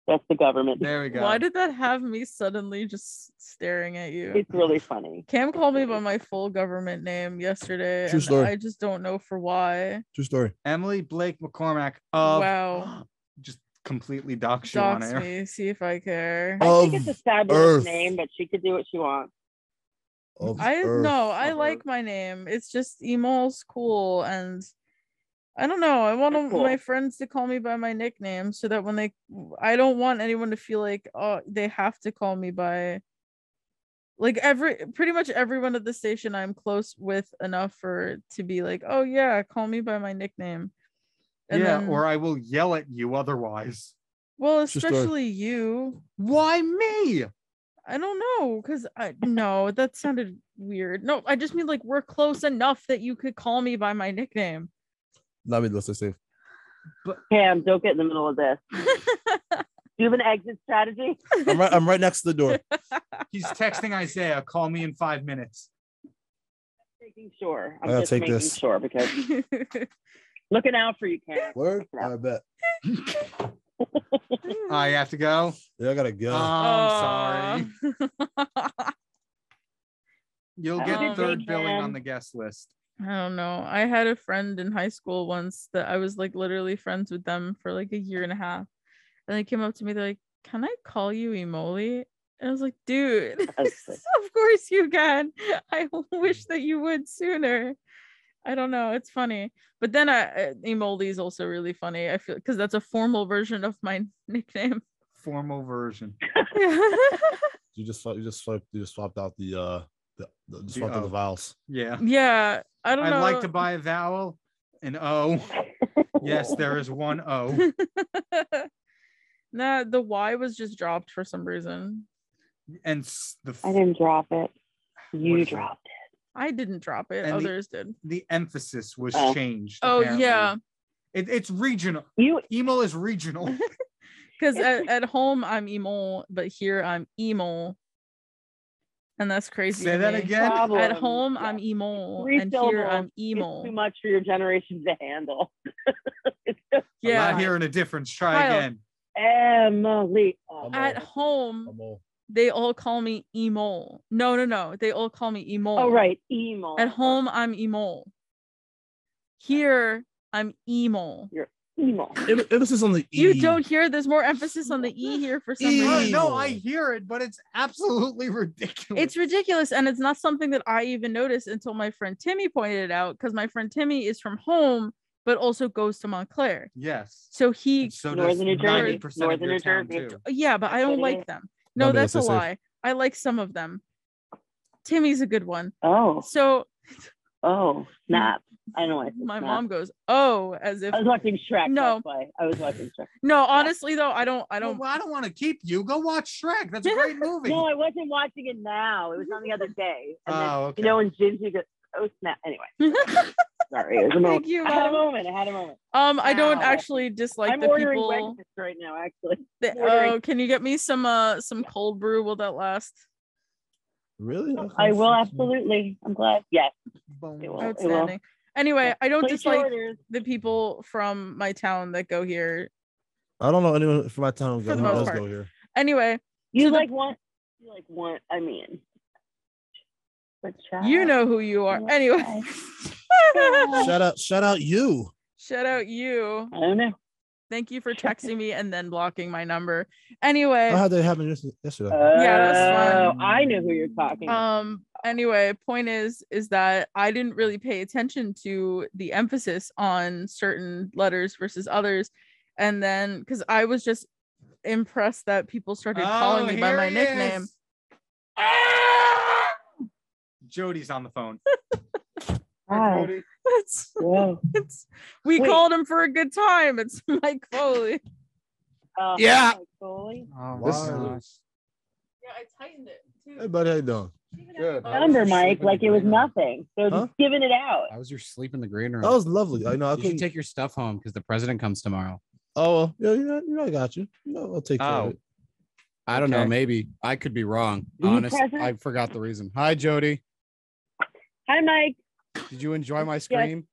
That's the government. There we go. Why did that have me suddenly just staring at you? It's really funny. Cam called me by my full government name yesterday, True and story. I just don't know for why. True story. Emily Blake McCormack of Wow. *gasps* just completely dox you on Dox *laughs* air. me, see if I Oh, care. I think Of it's a fabulous Earth. name, but she could do what she wants. Of I Earth. no, I of like Earth. my name. It's just Emol's cool, and I don't know. I want That's all my cool. friends to call me by my nickname so that when they, I don't want anyone to feel like oh they have to call me by. Like every pretty much everyone at the station I'm close with enough for to be like oh yeah call me by my nickname. And yeah, then- or I will yell at you otherwise. well Just a- especially you. Why me? I don't know because I no that sounded weird. No, I just mean like we're close enough that you could call me by my nickname. Not me. Let's stay safe. Cam, don't get in the middle of *laughs* this. Do you have an exit strategy? *laughs* I'm right. I'm right next to the door. He's texting Isaiah, call me in five minutes. Making sure. I I'm gotta just take making this. sure because looking out for you, *laughs* Cam. Word. I bet. I Ah, have to go. Yeah, I gotta go. Oh, Uh, I'm Oh. sorry. sorry. You'll Have a get good third day, billing Jen. on the guest list. I don't know. I had a friend in high school once that I was like literally friends with them for like a year and a half. And they came up to me, they're like, Can I call you Emoli? And I was like, dude, *laughs* That's- of course you can. I *laughs* wish that you would sooner. I don't know. It's funny. But then I, I Emoli is also really funny. I feel because that's a formal version of my *laughs* *laughs* nickname. Formal version. You just swi- you just swiped you just swapped out the uh the, the uh, just The swapped O. out the vowels. Yeah. yeah. I don't I'd know. like to buy a vowel, an *laughs* O. Yes, there is one O. *laughs* nah, the Y was just dropped for some reason. And s- the I f- didn't drop it. What You is it? dropped it. I didn't drop it. And the- Others did. the emphasis was Oh. changed. Oh apparently. yeah, It, it's regional. You Emo is *laughs* regional. *laughs* because at, at home I'm emo, but here I'm emo, and that's crazy. Say to that me. again. problem. At home Yeah. I'm emo, Three and here I'm syllables. It's emo. too much for your generation to handle. *laughs* It's just I'm Yeah. not hearing a difference. Try Kyle. again. Emily. Oh, I'm At all- home I'm all- they all call me emo. No, no, no. They all call me emo. oh, right. Emo. At home I'm emo. Here I'm emo. Emo. Em- Emphasis on the E. You don't hear. There's more emphasis on the e here for some E. Oh, reason. no, I hear it, but it's absolutely *laughs* ridiculous. It's ridiculous, and it's not something that I even noticed until my friend Timmy pointed it out. Because my friend Timmy is from home, but also goes to Montclair, yes. so he. And so Northern does New Jersey. 90% of Northern your New town, Jersey. too. Yeah, but I That's don't what it like is. them. No, No, but that's a that's what I lie. I like some of them. Timmy's a good one. Oh, So oh, snap. I don't like this my snap. mom goes, "Oh," as if I was watching Shrek. No. That's why. I was watching Shrek. no. Honestly, though, I don't. I I don't, don't. well, I don't want to keep you. Go watch Shrek. That's a *laughs* great movie. No, I wasn't watching it now. It was on the other day. And then, oh, okay. you know, when Ginger goes, oh, snap. Anyway, *laughs* sorry. It was a moment. Thank you, I had a mom. moment. I had a moment. Um, I don't Wow. actually dislike I'm the ordering people. breakfast right now, actually. The- ordering. oh, can you get me some uh some cold brew? Will that last? really. I will Okay. absolutely. I'm glad. Yes. Boom. Oh, It will. Outstanding. Anyway, I don't Place your dislike orders. the people from my town that go here. I don't know anyone from my town who For the who most does part. go here. Anyway, You the- like want? You like want? I mean, but you child, *laughs* know who you are. Anyway, Oh. Shout out! Shout out you. *laughs* shout out you. I don't know. Thank *laughs* you for Shout out. texting me and then blocking my number. I Anyway, had that happen yes- yesterday. Uh, that's Oh, I know who you're talking. Mm. um anyway, point is is that I didn't really pay attention to the emphasis on certain letters versus others. And then Oh, cuz I was just impressed that people started calling me by my nickname. Ah! Jody's on the phone. Wow. Jody. That's Whoa. *laughs* it's, we Wait. called him for a good time. It's *laughs* Mike Foley. *laughs* Uh, Yeah. Foley. Oh, This is- Yeah, I tightened it Hey, too. buddy, how you doing? Good. Good. Number, Sleep Mike, in like the it was green room. nothing. They're Huh? just giving it out. How was your sleep in the green room? That was lovely. I know. I you should couldn't. take your stuff home because the president comes tomorrow. oh, well, yeah, yeah, yeah, I got you. No, I'll take care Oh. of it. I don't know. Okay. Maybe I could be wrong. Is he Honest, present? I forgot the reason. Hi, Jody. Hi, Mike. Did you enjoy my scream?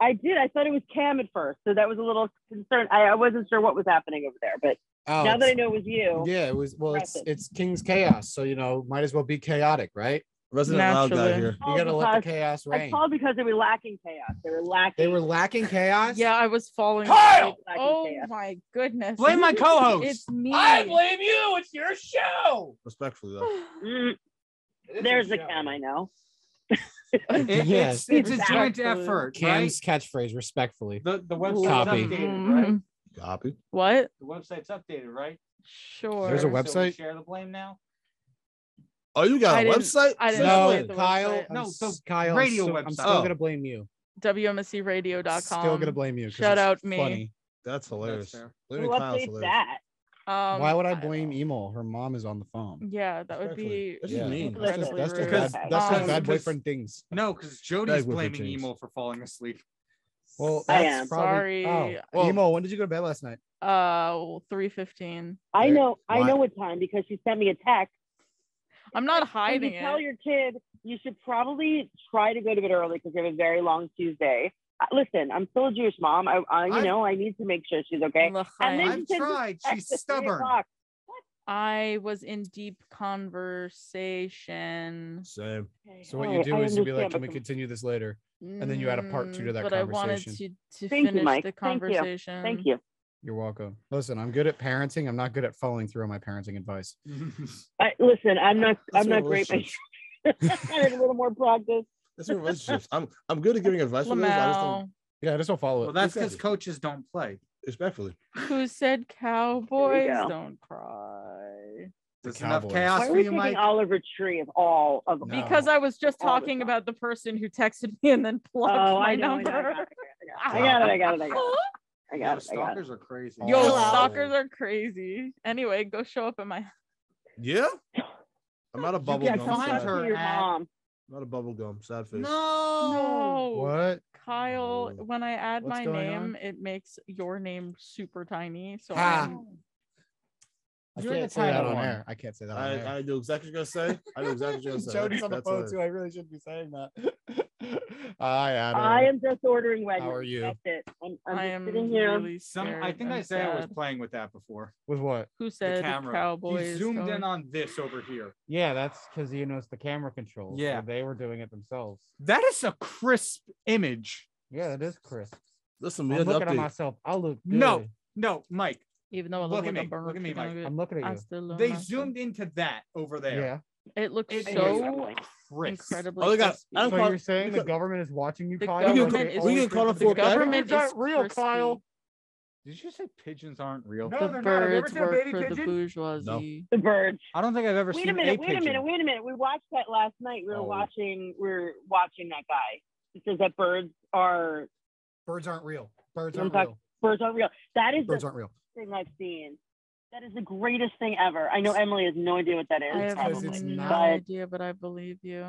I did. I thought it was Cam at first, so that was a little concerned. I, I wasn't sure what was happening over there, but Oh, now that I it's- know it was you, yeah, it was. Well, it's Present. it's King's chaos, so you know, might as well be chaotic, right? Resident loud guy Naturally. here. Oh, You gotta let the because chaos I reign. called because they were lacking chaos. They were lacking. They were lacking chaos. Yeah, I was following. Kyle! Mike. Oh my goodness. Blame my co-host. It's me. blame you. It's your show. Respectfully, *sighs* though. Mm, there's the Cam I know. It- Yes. it's, it's a joint Exactly. effort, Cam's right? catchphrase, respectfully. The the website's Copy. Mhm. Mm-hmm. Copy. What? The website's updated, right? Sure. There's a So we website? Share the blame now. Oh, you got I a didn't- website? I didn't Send No, update it the Kyle. website. I'm No, s- the Kyle. I'm radio still- I'm website. still Oh. gonna blame you. WMSCRadio.com. Still gonna blame you. 'cause Shout it's out me. Funny. That's hilarious. fair. Blaming Who Kyle's updates hilarious. that? Um, Why would I don't blame know. Emil? Her mom is on the phone. Yeah, that would Respectfully. be. That's just Yeah. mean. That's just, Incredibly that's just rude. bad, Okay. that's just Um, bad because- boyfriend things. No, because Beg Jody's with your blaming chains. Emo for falling *laughs* asleep. Well, I that's am. probably- Sorry. Oh, Well- Emo, when did you go to bed last night? Uh, three fifteen. I There- know. I why- know what time because she sent me a text. I'm not When hiding you tell it. your kid you should probably try to go to bed early because you have a very long Tuesday. Uh, Listen, I'm still a Jewish mom. I, I you I- know, I need to make sure she's okay. L'chaim. then- I've tried. She's Text *laughs* at three stubborn. *laughs* o'clock. I was in deep conversation. Same. So what Sorry, you do I is you be like, understand, can but we the- continue this later? And then you add a part two to Mm, that but I wanted to, conversation. to Thank you, finish Mike. the Thank you. conversation. Thank you. You're welcome. Listen, I'm good at parenting. I'm not good at following through on my parenting advice. I, listen, I'm *laughs* not. That's I'm what not great. I *laughs* relationships- need a little more practice. That's what relationships. I'm I'm good at giving advice. for those, I just don't, Lamau, Yeah, I just don't follow Well, it. that's because Exactly. coaches don't play. respectfully. who said cowboys go. don't cry? There's Cowboys. enough Why chaos are for we you, taking Mike. Oliver Tree of all of No. Because I was just All the talking time. about the person who texted me and then blocked Oh, my I know, I know, I number. *laughs* I got it. I got it. I got it. I Yo, got it. I got it. stalkers are crazy. Yo, Hello. stalkers are crazy. Anyway, go show up at my Yeah. I'm out of You bubble can't gum. find sad- Talk her to your at- mom. I'm out of bubble gum. Sad face. No. No. What? Kyle, Oh. when I add What's my going name, on? it makes your name super tiny. So Ah. I'm- I You're the can't say that title on one. air. I can't say that on air. I, I know exactly what you're gonna say. I know exactly *laughs* *laughs* what you're gonna say. Jody's on the That's phone hilarious. too. I really shouldn't be saying that. I added. I am just ordering Wegmans. How are you? That's it. I'm, I'm I just am sitting here. *laughs* really Some, scared. I think I'm i say I was sad. playing with that before. with what? Who The said camera. Cowboys? He zoomed in don't- on this over here. Yeah, that's because you know it's the camera controls. Yeah. they were doing it themselves. That is a crisp image. Yeah, that is crisp. Listen, we had an update. myself. I look No. No, Mike, even though I Look look, at like a me. burner Look at me, chicken, I Mike. look- looking I still look they like a- zoomed into that over there. It looks It I hear you, so Emily. Crisp. incredibly. Oh, they got- crispy. I don't So call- you're saying we the could- government is watching you, The Kyle? like government they is- always we can call do? it for The the Fork back? government You're is not real, crispy. Kyle. Did you say pigeons aren't real? No, The they're not. Have you ever birds seen a work baby for the pigeon? bourgeoisie. The birds. I don't think I've ever Wait seen a minute. Wait pigeon. a minute. Wait a minute. We watched that last night. We were Oh. watching. We were watching that guy. He says that birds are Birds aren't real. Birds I'm aren't talk- real. birds aren't real. That is Birds the aren't real. thing I've seen. That is the greatest thing ever. I know Emily has no idea what that I is. have because Probably, it's no not- idea, but I believe you.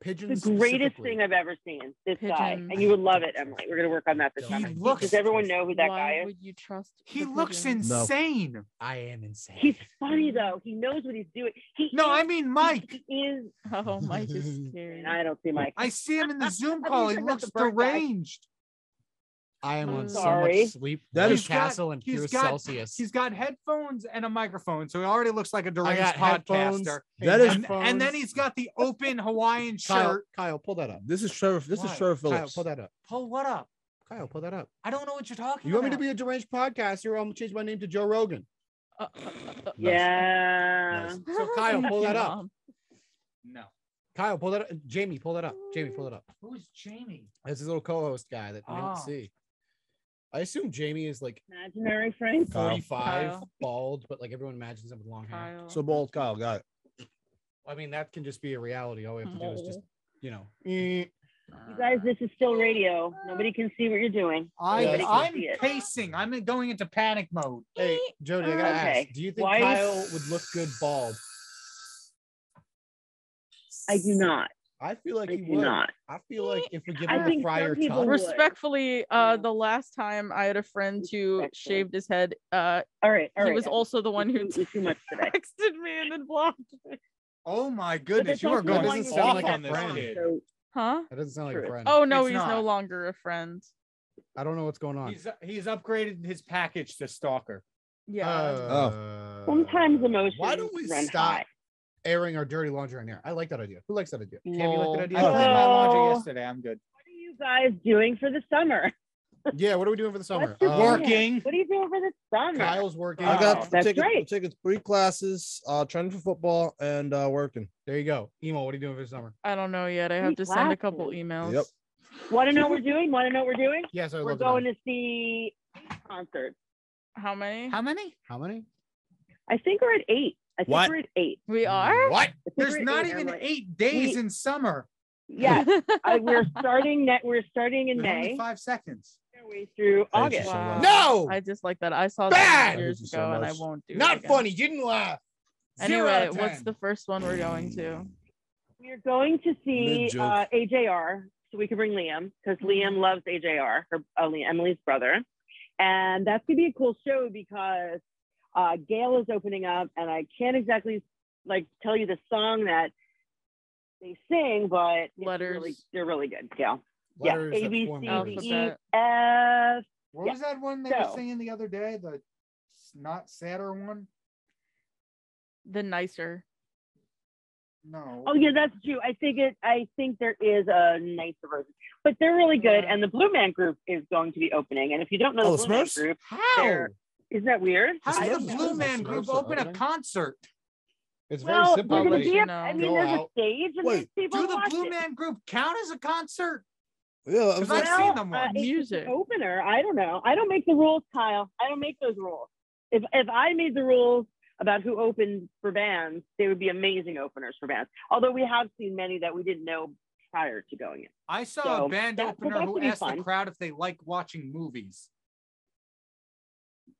the Pigeons. greatest specifically. thing I've ever seen. This guy, Pigeon. and you would love it, Emily. We're gonna work on that this He summer. looks- Does everyone know who that Why guy is? would you trust? He the looks *laughs* pigeons? No. insane. I am insane. He's funny though. He knows what he's doing. He No, I is, mean Mike. He is. Oh, Mike is scary. and I don't see Mike. I see him in *laughs* the Zoom I call. mean, He he's like looks the bird guy. deranged. I am I'm on so sorry. much sleep. That That is is- Castle and he's pure got- Celsius. He's got headphones and a microphone, so he already looks like a I deranged got headphones. podcaster. That is- And, and then he's got the open *laughs* Hawaiian Kyle. shirt. Kyle, pull that up. This is Trevor. This Why? is Trevor Kyle, Phillips. pull that up. Pull what up? Kyle, pull that up. I don't know what you're talking You want me about. to be a deranged podcaster? I'm gonna change my name to Joe Rogan. Uh, uh, uh, uh, Yeah. Nice. So Kyle, thank pull you, that up. *laughs* *laughs* Mom. No. Kyle, pull that up. Jamie, pull that up. Jamie, pull it up. Who's Jamie? That's his little co-host guy that you Ah. don't see. I assume Jamie is like Imaginary friends. Kyle. 45, Kyle. bald, but like everyone imagines him with long hair. Kyle. So bold, Kyle. Got it. I mean, that can just be a reality. All we have to do is just, you know, eh. Uh, You guys, this is still radio. Nobody can see what you're doing. I, Yeah, Nobody can I'm see it. pacing. I'm going into panic mode. hey, Jody, I gotta Oh, Okay. ask, do you think Why- Kyle would look good bald? I do not. I feel like I he do would. not. I feel like if we give I him think a some prior people touch, would. Respectfully, uh, Mm. the last time I had a friend who Respectfully. shaved his head, uh, All right. All he right. was also the one who It's too, it's too much *laughs* *laughs* today. texted me and then blocked me. Oh my goodness, that's you are also the going one you off sound like on a this friend. one. So Huh? that doesn't sound like True. a friend. Oh no, It's he's no not. longer a friend. I don't know what's going on. He's he's upgraded his package to stalker. Yeah. Oh. sometimes Uh, emotions Uh, Why don't we run stop high. airing our dirty laundry on air? I like that idea. Who likes *laughs* that idea? Candy Lol. like that I cleaned idea. my Oh. laundry yesterday. I'm good. What are you guys doing for the summer? *laughs* yeah. What are we doing for the summer? What's your Um, plan? Working. What are you doing for the summer? Kyle's working. I got That's tickets, great. tickets, three classes, uh, training for football, and uh, working. There you go. Emo, what are you doing for the summer? I don't know yet. I have to send a couple emails. Yep. Want to know what we're doing? Want to know what we're doing? Yes, I would We're love to know. going to see eight concerts. How many? How many? How many? I think we're at eight. I think What? we're at eight. we are? What? I think There's we're at not eight. even I'm like, eight days we- in summer. Yes, *laughs* I, we're starting. Net, we're starting in There's only May. five seconds. Uh, Our way through Thank you August. so much. No! I just like that. I saw Bad! that years Thank ago you so and I much. won't do it. Not again. funny. You didn't laugh. Zero Anyway, out of what's 10. the first one we're going to? We are going to see Mid-joke. uh, AJR, so we can bring Liam because Liam loves AJR, her uh, Liam- Emily's brother, and that's gonna be a cool show because uh, Gail is opening up, and I can't exactly like tell you the song that they sing, but it's Letters. really, they're really good, Gail. Letters yeah, that A B form C words. D Alphabet. E F. What Yeah. was that one they were So- singing the other day? The s- not sadder one? The nicer. No. Oh yeah, that's true. I think it. I think there is a nicer version, but they're really good. Yeah. And the Blue Man Group is going to be opening, and if you don't know Oh, the the Blue Man Smurfs? Group, How? they're- isn't that weird? How It's did not- the it's Blue not Man supposed Group to open a open. concert? It's very well, simple. We're gonna I'll Like, let be you up, know. I mean, Go there's a out. stage and there's Wait, people Do the watch Blue it. Man Group count as a concert? Yeah, I was 'Cause I've like, seen Well, them uh, once. it's just Music. an opener. I don't know. I don't make the rules, Kyle. I don't make those rules. If if I made the rules about who opened for bands, they would be amazing openers for bands. Although we have seen many that we didn't know prior to going in. I saw a So, band that- so opener that who could be asked the fun. crowd if they like watching movies.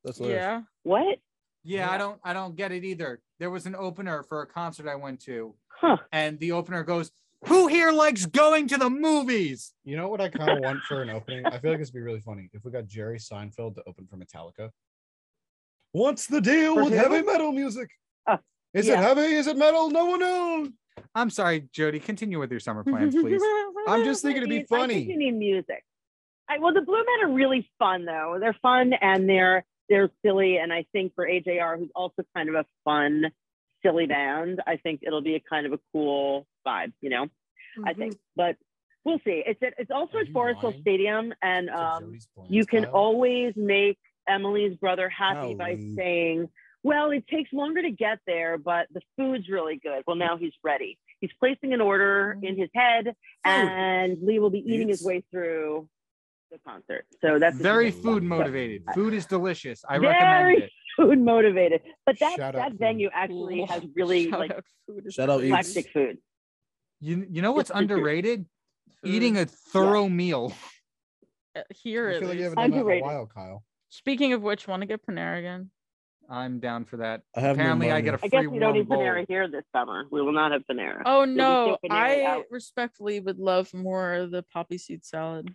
that's hilarious. Yeah. What? Yeah, I Yeah. don't I don't get it either. There was an opener for a concert I went to, Huh. and the opener goes, Who here likes going to the movies? you know what I kind of want for an opening? I feel like this would be really funny if we got Jerry Seinfeld to open for Metallica. What's the deal For with him? heavy metal music? Uh, is yeah. it heavy? Is it metal? No one knows. I'm sorry, Jody, continue with your *laughs* summer plans, please. I'm just thinking I it'd be mean, I think funny. you need music. I, well, the Blue Men are really fun though. They're fun and they're they're silly. And I think for AJR, who's also kind of a fun, silly band, I think it'll be a kind of a cool vibe. You know, I think. But we'll see. It's at, it's also Mm-hmm. Are at you Forest Hill lying? Stadium, and It's a um, Jody's Plans, you can Kyle. always make Emily's brother happy by Golly. saying, "Well, it takes longer to get there, but the food's really good." Well, now he's ready. He's placing an order Mm. in his head and Lee will be eating his It's- way through the concert. So that's Very But- food motivated. Food is delicious. I Very- recommend it. *laughs* food motivated. But that Shout out that food. venue actually Cool. has really *laughs* Shout like out food is Shout out great. Eats. eclectic food. You you know what's It's pretty good. underrated? Food Eating a thorough meal. uh, here. I at feel like you haven't least. done that in a Underrated. while, Kyle. Speaking of which, want to get *laughs* Panera again? I'm down for that. I have no Apparently, I money. get a I free guess we don't warm need bowl. Panera here this summer. We will not have Panera. Oh We'll just no, do Panera I out. respectfully would love more of the poppy seed salad.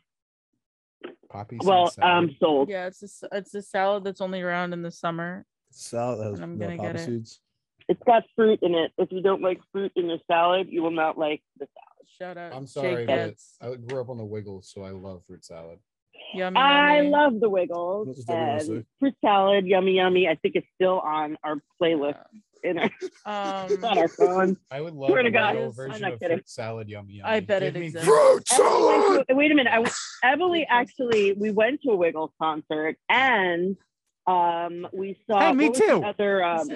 Poppy. seed Well, salad. um, sold. Yeah, it's a, s- it's a salad that's only around in the summer. Salad that has And I'm no gonna get poppy it. seeds. It's got fruit in it. If you don't like fruit in your salad, you will not like the salad. Shout out. I'm Jake sorry, but uh, Betts. I grew up on the Wiggles, so I love fruit salad. Yummy, I yummy. love the This Wiggles is the and Wiggles, too. fruit salad. Yummy, yummy. I think it's still on our playlist. In our, *laughs* it's on Um, our phone. I would love Swear to a God. Wiggles I'm version not of kidding. fruit salad. Yummy, yummy. I bet it Give me exists. Fruit Emily went salad. to- wait a minute. I, was- Emily actually, we went to a Wiggles concert and um, we saw. Hey, me what was the too. Other, um,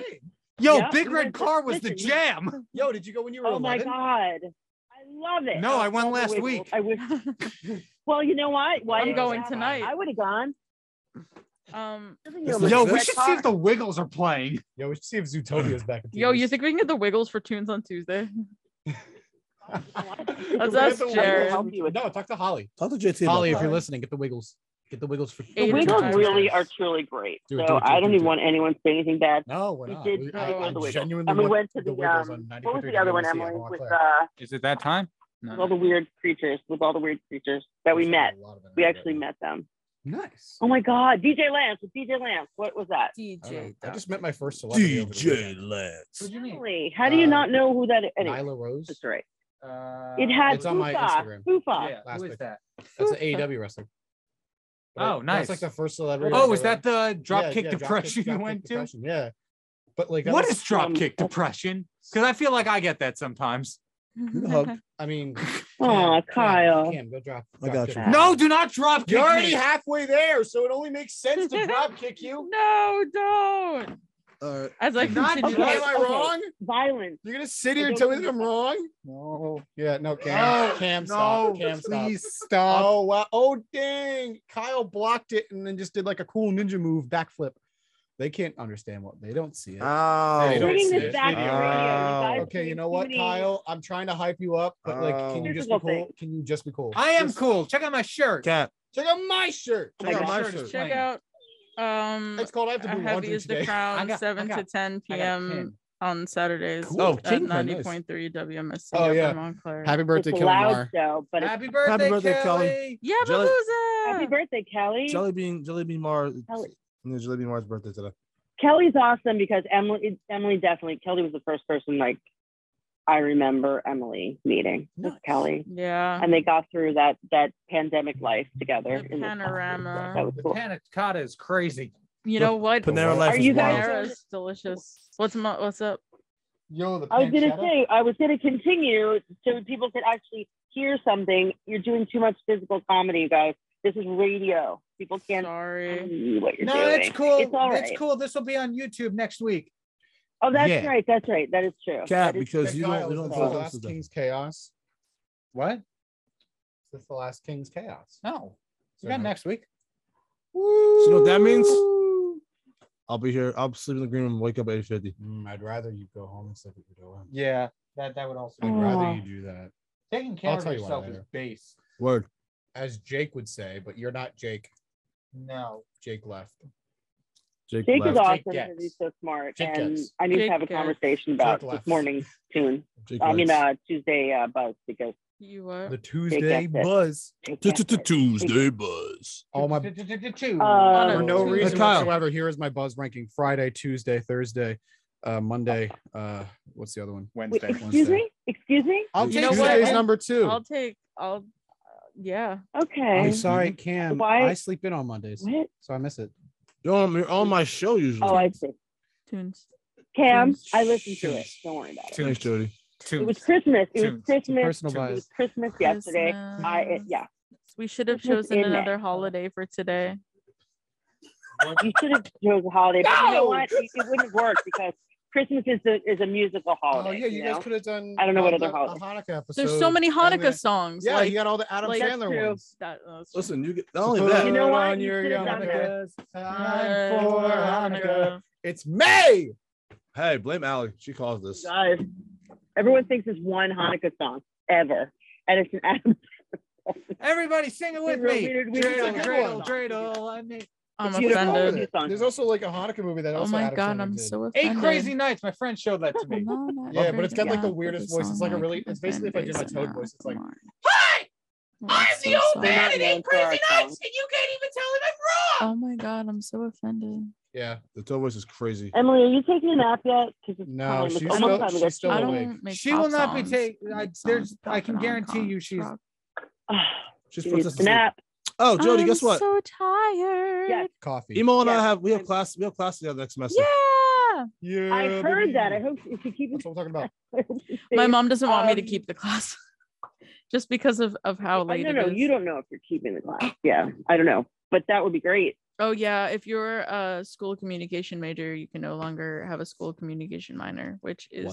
Yo, Yeah, Big we Red went to- Car was the listen, jam. Yo, did you go when you were oh my 11? god, I love it. No, I went love the last Wiggles. week. Um, *laughs* I *laughs* wish. Well, you know what? Why I'm did going tonight. I would have gone. Um, Like Yo, we this? should see if the Wiggles are playing. Yo, we should see if Zootopia's back. in yo, you theaters. think we can get the Wiggles for tunes on Tuesday? Get ask the Wiggles. Jared. Help you with No, talk to Holly. Talk to JT. Holly, about if you're that. listening, get the Wiggles. Get the Wiggles for Eight The or nine. Wiggles really are truly great. Do it, do so it, do it, I don't do it, even do it. want anyone to say anything bad. No, we're We not. did uh, I, go I to the Wiggles. genuinely And we want went to the the, Wiggles um, on what was 95th the other one, WC at Emily? Montclair. With uh, Is it that time? with all the weird creatures, with all the weird creatures that we There's met. a lot of them We out there. actually met them. Nice. Oh my God, DJ Lance with DJ Lance. What was that? I, don't know. DJ. *laughs* I just met my first celebrity. over the DJ weekend. Lance. you Really? How do you Uh, not know who that is? Anyway, Nyla Rose. that's right. Uh, It had It's on my Fufa. Instagram. Fufa. yeah, who Last is week. that? That's an AEW wrestler. Oh, nice. That's like the first celebrity. Oh, I've is that ever- the Yeah, Dropkick yeah, Depression Dropkick- you went Dropkick to? Depression, Yeah. But like, that What was- is Dropkick Depression? Because I feel like I get that sometimes. hug. I mean, Aw, Cam, Cam, Kyle. Cam, go drop. I drop got kick you. me. No, do not dropkick You're already me. halfway there, so it only makes sense *laughs* to drop kick you. *laughs* No, don't. All right. As I Do not continue, Okay, Am I okay. wrong? Violence. You're gonna sit here and tell me that I'm wrong? No. Yeah, no, Cam. No, Cam, No, stop. Cam, stop. please stop. Oh wow! Oh dang! Kyle blocked it and then just did like a cool ninja move backflip. They can't understand what they don't see it. They Ow. don't- Bringing see it. this back to radio. Oh. guys okay, you doing know too what, many- Kyle? I'm trying to hype you up, but like, can you just be Physical cool? thing. Can you just be cool? I am Just- cool. Check out my shirt. Cat. Check out my shirt. Oh my Check out God. my Shirt is shirt. *laughs* check check out um It's called. I have to uh, do heavy laundry is the today. I crown got- seven I to got- 10 I got a p.m pin. on saturdays Cool. Oh, at Kingpin, nice. 90.3 wmsc Oh, up in yeah. montclair Happy It's birthday, a Killer loud Mar. show, but it's Happy birthday, birthday, Kelly. Kelly. yeah uh, Jelly- happy babuza birthday, Kelly. Jelly bean, jelly bean Mar. Kelly. Yeah, jelly bean Mar's birthday today. Kelly's awesome because Emily Emily definitely Kelly was the first person like I remember Emily meeting with Nice. Kelly. yeah And they got through that that pandemic life together. The in this panorama. house. That was The cool. panna cotta is crazy. you know what Panera Are Life Are is you guys- wild. Panera *laughs* is delicious what's my what's up Yo, the I was gonna pancetta. say I was gonna continue so people could actually hear something. You're doing too much physical comedy, you guys. This is radio. People can't sorry see what you're No, doing. it's cool. It's all right. It's cool. This will be on YouTube next week. Oh, that's Yeah. right. That's right. That is true. Cat, That is- because you don't, Kyle, you is don't this put the up last to them. King's Chaos. What? Is this the last King's Chaos? No, we So got no. next week. So you know what that means? I'll be here. I'll sleep in the green room. Wake up at eight fifty. Mm, I'd rather you go home and sleep at your dorm. Yeah, that that would also I'd be rather Oh. you do that. taking care I'll of tell you what yourself I is do. base. Word. As Jake would say, but you're not Jake. No, Jake left. Jake, Jake is left. awesome Jake Gex. because he's so smart, Jake and Gex. I need Jake to have a Gex. conversation about Jake this left. morning's tune. Jake I mean, left. uh, Tuesday uh, buzz because you what The Tuesday Gex. buzz. Jake Tu- Gex tu- tu- is- Tuesday buzz. All my Two. Uh, for no Tuesday. reason Hey, Kyle. whatsoever. Here is my buzz ranking: Friday, Tuesday, Thursday, uh, Monday. Uh, what's the other one? Wait, Wednesday. excuse me. Excuse me. I'll You take know Tuesday. what? Tuesday's I'll- number 2 i'll take i'll uh, yeah Okay. I'm sorry, Cam. Why- I sleep in on Mondays, What? so I miss it. You're on, you're on my show usually. Oh, I see. tunes Cam, I listened to it. Don't worry about it. Thanks, Jody. It Two. was Christmas. It was Tunes. Christmas. Personal Tunes. It was bias. Christmas yesterday. I it, Christmas. yeah. we should have Christmas chosen in there. another holiday for today You should have chose a holiday, but you know what? It, it wouldn't work because Christmas is a is a musical holiday. Oh yeah, you, you know? guys could have done. I don't know what other a holiday. Hanukkah episode. there's so many Adam- hanukkah songs Yeah, like, you got all the Adam like- That's Sandler true. oh, ones. that, that's true. Listen, you get not only Put that. You know what? on You your should've done yarmulke. Time Uh, for Hanukkah. It's May. Hey, blame Allie. She caused this. Guys, everyone thinks it's one Hanukkah song ever, and it's an Adam. Everybody sing it with Weird, me. weird, weird Dreidel, song. dreidel, dreidel. I mean, I'm It's beautiful. offended. Hanukkah song. There's also like a Hanukkah movie that Oh also. my Adam god, Sandler I'm did. so offended. eight crazy nights. My friend showed that to me. Yeah, but it's got, like, the weirdest voice. It's like a really- it's basically if I did my Toad voice, it's like, "Hi, I'm the old *laughs* man sorry. at eight crazy Sorry. nights, and you can't even tell him I'm wrong. Oh my god, I'm so offended. Yeah. The toe voice is crazy. Emily, are you taking a nap yet? 'Cause it's No, time. It's she's almost still- time to she's go. still- I *sighs* awake. don't make She will pop not be songs. take- I I- make there's- songs I can about guarantee you Hong she's- Kong. She's She put needs us to to sleep. nap. Oh, Jody, I'm guess what? so tired. Yes. Coffee. Emo and Yeah. I have we have class we have class together next semester. Yeah. Yeah. I baby. heard that. I hope she *laughs* keeps. That's what I'm talking about. My mom doesn't want me to Um, keep the class *laughs* just because of, of how I late don't it know. is. You don't know if you're keeping the class. Yeah, I don't know, but that would be great. Oh yeah, if you're a school communication major, you can no longer have a school communication minor, which is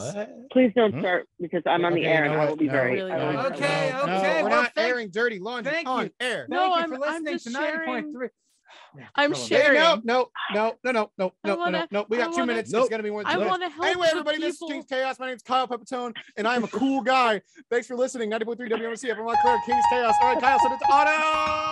Please don't Hmm? start because I'm on the Okay, air you know and I will what? be No, very. Really I will be no, very- Okay, no, no, okay, We're well, not thank- airing dirty laundry thank on you. air. No, No, Thank you I'm- for I'm listening just to 90.3. We have to I'm kill him. sure- Hey, no, Sharing. no, no, no, no, no, I no, no, wanna- no. We I got two wanna- minutes. It's Nope. gonna be more. I delay. want to help. Anyway, the everybody, this is people. King's Chaos. My name is Kyle Pepitone, and I am a cool guy. Thanks for listening. 90.3 WMC, everyone, Claire, King's Chaos. All right, Kyle, so it's auto.